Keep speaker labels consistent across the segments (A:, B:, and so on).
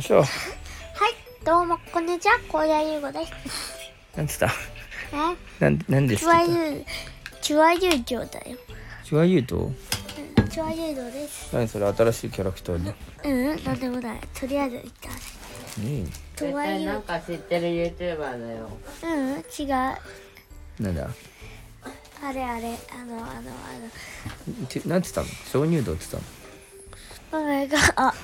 A: しょう。
B: はい、どうも、こんにちは、高野優吾です。
A: なんつった
B: え
A: なん、なんです
B: チュワユー、チュワユー城だよ。
A: チュワユーと
B: うん、チュワユー城です。
A: 何それ新しいキャラクターに。ね
B: うん、なんでもない。とりあえず言った。チュ
C: 絶
B: ワ
C: 対
B: ユ
C: なん
B: ー、
C: か知ってる YouTuber だよ
B: うん、違う。
A: えなんだ
B: あれあれ、あの、あの、あの、
A: てなんつったの鍾乳洞っつった
B: マメが、 あ、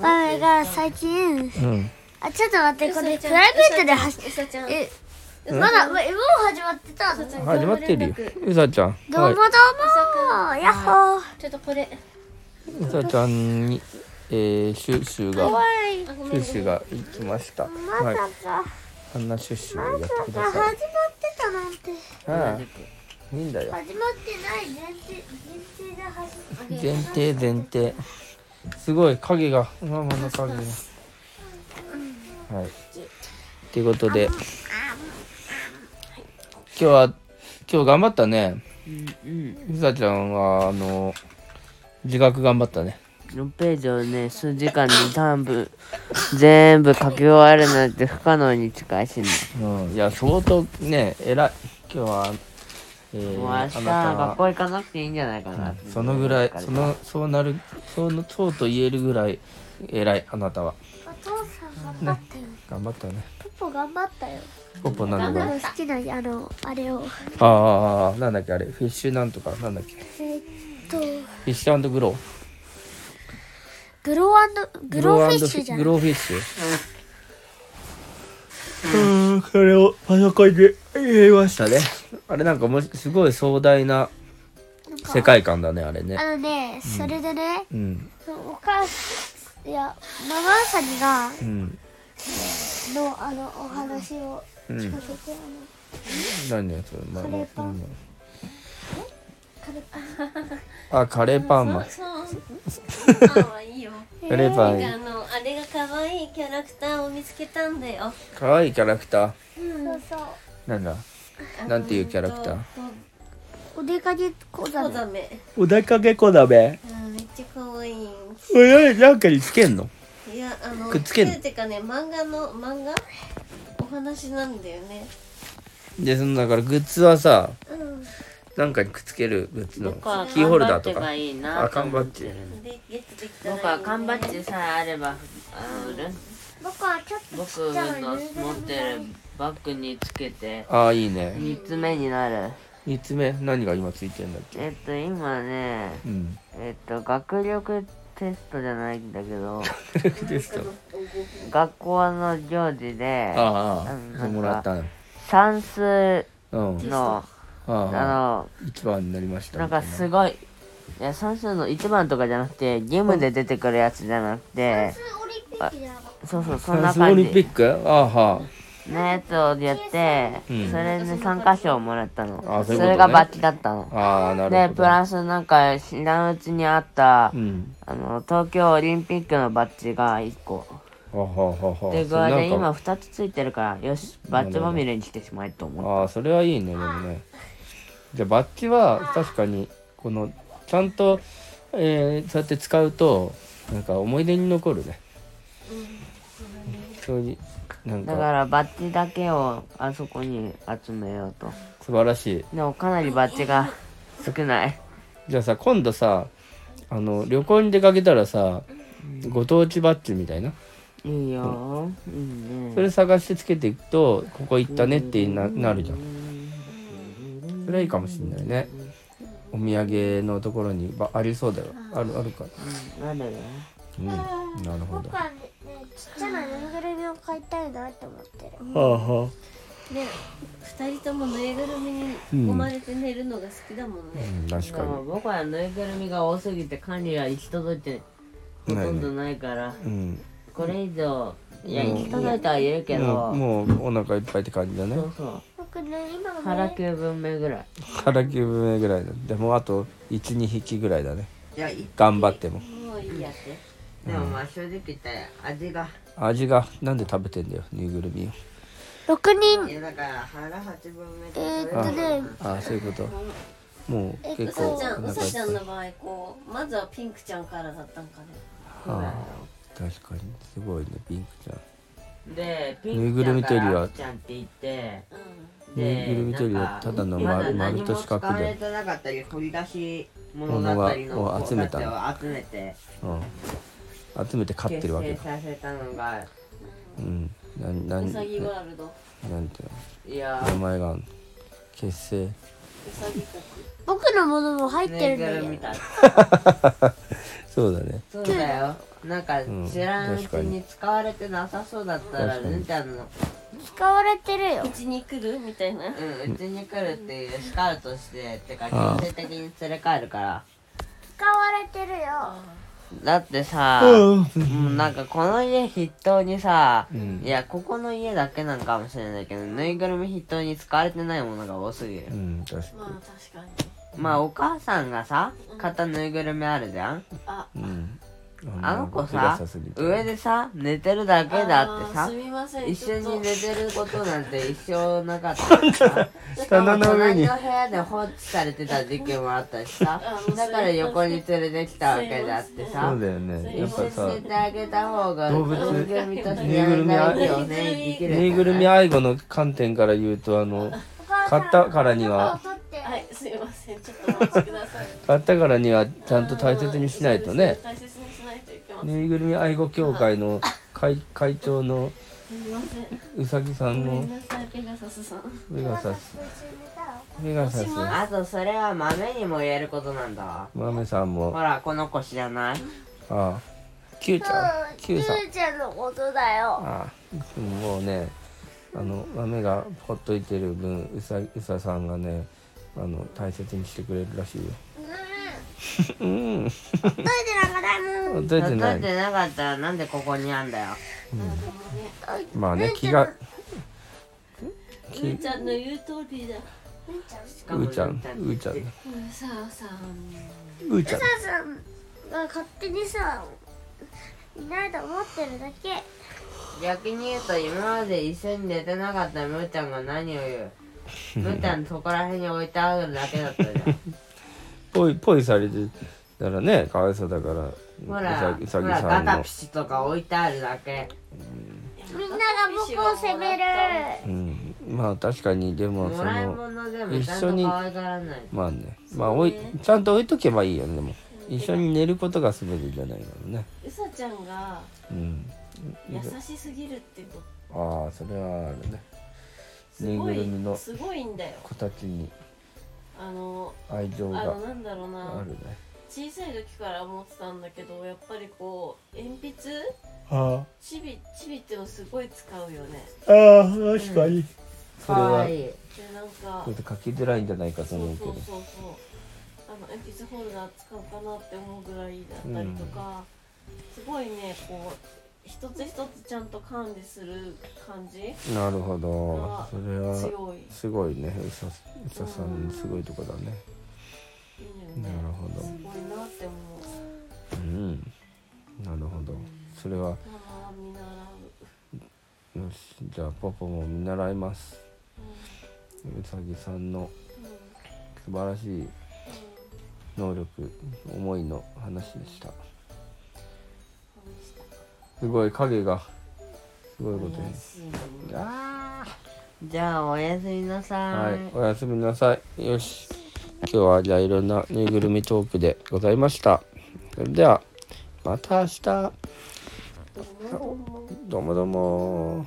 B: マメが最
A: の
B: 近、
A: うん。
B: あ、ちょっと待って、これプライベートで走っ
D: うさちゃん
B: え、まだ、もう始まってたのどうも
A: 始まってるよ。うさちゃん。
B: どうも
A: は
B: やっほー
D: ちょっとこれ
A: い。うさちゃんに、えー、シュッシュが、
B: はい、
D: あご
A: シュ
D: め
A: ッ
D: ん
A: シュが行きました。
B: ま
A: はい。
B: さか、
A: あんなシュッシュをやってく
B: ま
A: だ
B: さか始
A: さ
B: まっ
A: い。
B: てたなん
A: あ
B: て。
A: あ、いいんだよ。
B: 始まってない前提前提で走って
A: 前提前提すごい影がママの影がはいということで今日は今日頑張ったね
C: うん
A: うさちゃんはあの自学頑張ったね
C: うん6ページをね数時間で全部全部書き終わるなんて不可能に近いしね
A: うんいや相当ね偉い今日は、えー
C: もう明日
A: あ
C: 学
A: なた
C: 校
A: は
C: 行かなくていいんじゃないかな
A: そのぐらいそのそうなるそうのそうと言えるぐらい偉いあなたは
B: お父さん頑張ったよ。
A: 頑張ったね
B: ポポ頑張ったよ。
A: ポッポなん
B: あ
A: だ
B: の好きなあのあれを
A: ああああなんだっけあれフィッシュなんとかなんだっけフ
B: えーっと
A: ィッシュグロー
B: グローグローフィッシュじゃん。
A: グ
B: グ
A: ローフィッシュうんこれをパソコンで入れましたねあれなんかもうすごい壮大な世界観だねあれね
B: あのねそれでね、
A: うん
B: お母さんいやママウサギが
A: うん
B: のあのお話を
A: うん
B: 聞かせて、
A: 何だよそれ、まあ、
B: カレーパン
A: うん
B: あのカレーパン
A: あカレーパンマン
D: そうそうかわいいよ
A: カレーパ
D: あ
A: ン
D: のあれが可愛いキャラクターを見つけたんだよ
A: かわいいキャラクター
B: そうそう
A: なんだなんていうキャラクター
B: お出かけ講座
D: 小
B: で
D: ザメ
A: お出かけこだべ
D: うんめっちゃ可愛い
A: なんかにつけんの
D: いやあの
A: くっつけんの
D: っていうかね漫画の漫画お話なんだよね
A: でそのだからグッズはさ
D: うん
A: なんかにくっつけるグッズの
C: 僕は
A: キーホルダーと
C: 缶バッジが
A: か
C: いいなと思ってる
D: でゲットできたらいいね
C: 僕は缶バッジさえあればあの
B: 僕はちょっと
C: 僕
B: ちっちゃい
C: の
B: ぬいぐるみ
C: 持ってるバッグにつけて
A: ああいいね
C: 3つ目になる
A: 3つ目何が今ついてんだっけ
C: えっと今ね
A: うん
C: えっと学力テストじゃないんだけど
A: ですか
C: 学校の行事で
A: あ
C: うん
A: あああもらったの
C: 算数
A: うんあ
C: のあ
A: あ
C: の
A: 一番になりました
C: なんかす
A: ご
C: ごいいや算数の1番とかじゃなくてゲームで出てくるやつじゃなくて
B: オリンピックじゃなかっ
C: そうそうそん
A: サ
C: な
A: ンスオ
C: 感
A: リンピ
C: じ
A: ックああは
C: のやつをやってそ
A: うん
C: れで参加賞をもらった
A: あ
C: の
A: そういうことね
C: それがバッジだったの
A: あああなる
C: で
A: ほど
C: プラスなんか知らんうちにあった
A: うん
C: あの東京オリンピックのバッジが1個
A: あははは
C: で具合で
A: な
C: 今
A: んか
C: 2つついてるからよしバッジまみれにしてしまえと思う
A: ああそれはいいねでもねじゃあバッジは確かにこのちゃんとえーそうやって使うとなんか思い出に残るねそういうなん
C: だか
A: から
C: バッジだけをあそこに集めようと
A: 素晴らしい
C: でもかなりバッジが少ない
A: じゃあさ今度さあの旅行に出かけたらさご当地バッジみたいない
C: いよいい
A: そ
C: ね
A: れ探してつけていくとここ行ったねってななるじゃんそれはいいかもしんないねお土産のところにばありそうだよあるあるから
C: なるよ
A: うんなるほ
B: た
A: ど
B: 僕はねねちっちゃなぬいぐるみを買いたいなって思ってる
A: は
D: ね二人ともぬいぐるみに
A: うん
D: 生まれて寝るのが好きだもん
A: あ
D: ね、
A: うん確
C: で
A: か
C: も僕はぬいぐるみが多すぎて管理が行き届いてほとんどないから
A: にうん
C: これ以上いや
A: うん
C: 行き届いてはいるけ
A: もう
C: ど
A: もうお腹いっぱいって感じだね
C: そうそう
B: 僕ね今の
C: 腹
B: ね
C: 9分目ぐらい
A: 腹9分目ぐらいだでもあと12匹ぐらいだね
C: いやい
A: 頑張っても
D: もういいやって
C: でもまあ正直言ったら味が
A: 味がなんで食べてんだよぬいぐるみを
B: 6人
C: いやだから腹8分目
B: えー、っとね
A: ああそういうこともう
B: えっ
A: 結構
B: と
D: うさちゃん
A: お
D: う
A: 腹い
D: さ
A: っ
D: ち
A: ぱい
D: ゃんの場合こうまずはピンクちゃんからだったんかね
C: そうだよ
A: あ確かにすごいねピンクちゃん
C: で、ピ
A: ぬい
C: ン
A: ぐ
C: クち
A: る
C: ゃ
A: み
C: ん
A: と
C: か
A: いうよりは
C: らアキちゃんって言って、
A: ぬいぐるみというよりはただの
C: ま
A: 丸丸と四角
C: 使われ
A: で
C: てなかったり、掘り出し物だったりの
A: ものがを集めた
C: を集めて、
A: うん集めて飼って
C: 結
A: るわけ
C: 成
A: だ
C: させたのが、
A: うんなんなん
D: う
A: な
D: さぎワールドう
A: なんていう
C: いや
A: の名前があんの結成
D: さぎ国
B: 僕のものも入っ
C: ー、
B: てるん
C: ぬいぐ
B: だ
C: る
B: よ
C: みだ。
A: そうだね
C: そうだよ。なんか
A: ん
C: 知らんうち
A: 確かに
C: に使われてなさそうだったら、
A: 確かに
C: ぬんちゃんの、
B: 使われてるよ
D: うちに来るみたいな
C: うん、うちに来るっていうスカウトして、てか
A: あー
C: 強制的に連れ帰るから。
B: 使われてるよ
C: だってさ、うん、なんかこの家筆頭にさ、
A: うん
C: いやここの家だけなのかもしれないけどぬいぐるみ筆頭に使われてないものが多すぎる
A: う、ん確か
D: まあ確かに
C: まあお母さんがさ買ったぬいぐるみあるじゃん、
D: あ
A: にうん
C: あの子
A: 手がさ
C: さ
A: すぎて
C: 上でさ寝てるだけだって
D: あー
C: さ
D: すみません
C: 一緒
D: ちょ
C: に
D: っ
C: 寝てることなんて一生なかったさしか
A: 棚
C: も
A: の上
C: 隣
A: に
C: の部屋で放置されてた時期もあったしさ
D: あー
C: だから横に連れてきたわけであって
A: そ
C: さ
A: うだよねやっぱ
C: 一緒
A: さ
C: に寝てあげた方が
A: 動物
C: ぬいぐるみとして
A: ぬいぐるみあ
C: よね生きるから
A: ぬいぐるみ愛護の観点から言うとあの買ったからには
B: 取って
D: とはいすみませんちょっとお待ちください
A: 買ったからにはちゃんと大切にしないとね
D: 大切にしないといけません、
A: ぬいぐるみ愛護協会の会会長の
D: すみませ
A: うさぎさ
D: ん
A: ん
D: ごめ
A: の
D: んなさいペガサスさん
A: メガサスメガサス
C: あとそれは豆にも言えることなんだわ
A: マメさん
C: ほ
A: も
C: らこの子知らない
A: ああキューちゃんキューさん
B: ちゃんのことだよ
A: ああもうねあの豆がほっといてる分うさうささんがねあの大切にしてくれるらしいよ
B: う ん
A: うん
B: 取れてなかったもん
A: 出てな
C: っ
A: い
C: てなかったらなんでここにあんだよ
A: まあね気が
D: うーちゃんの言う通りだ
C: しか
A: う
C: も
A: ーちゃ
C: なん
A: うーちゃん
D: うさあさ
A: うーちゃん
B: お母さんが勝手にさいないと思ってるだけ
C: 逆に言うと今まで一緒に寝てなかったむーちゃんが何を言 うむーちゃんそこら辺に置いてあるだけだったじゃん
A: ポイポイされてたらねかわいそうだから
C: ほら
A: うさ
C: ほ
A: う
C: ら
A: さぎさ
C: ガ
A: ん
C: タ
A: の
C: ピシとか置いてあるだけ
B: みんなが僕を責める
A: うんまあ確かにでも
C: も
A: そ
C: らい
A: の
C: 物でもちゃんと可愛がらない
A: まあねまあおいちゃんと置いとけばいいよねでも一緒に寝ることが全てじゃないからね
D: うさちゃんが
A: うん
D: 優しすぎるってこと
A: ああそれはあるね
D: す
A: ぬい
D: ご
A: ぐ
D: い
A: るみの
D: すごいんだよ
A: 子たちに
D: あの
A: 愛情
D: あ
A: が
D: のなんだろう
A: あ
D: な
A: るね
D: 小さい時から思ってたんだけどやっぱりこう鉛筆
A: あ
D: ちびちびってをすごい使うよね
A: あ確かにそれ
C: 可
A: は
C: 愛い
D: でなんか
A: ちょっと書きづらいんじゃないかと
D: そう
A: 思うけ
D: そう
A: ど
D: そうそうあの鉛筆ホルダー使おうかなって思うぐらいだったりとか、すごいねこう一つ一つちゃんと管理する感じ
A: なるほど
D: あ
A: それは
D: 強いいい
A: すごいねうさうささんのすごいとこだね
D: よ
A: な
D: ね
A: るほど
D: すごいなって思
A: う
D: う
A: んなるほどそれは
D: ああ見習う
A: よしじゃあパパも見習いますうさぎさんの素晴らしい能力思いの話でしたすごい影がすごいことにあ
C: じゃあおやすみなさ
A: ーはいおやすみなさいよし今日はじゃあいろんなぬいぐるみトークでございましたそれではまた明日どうもどうも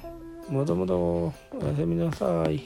A: どうもどうもおやすみなさい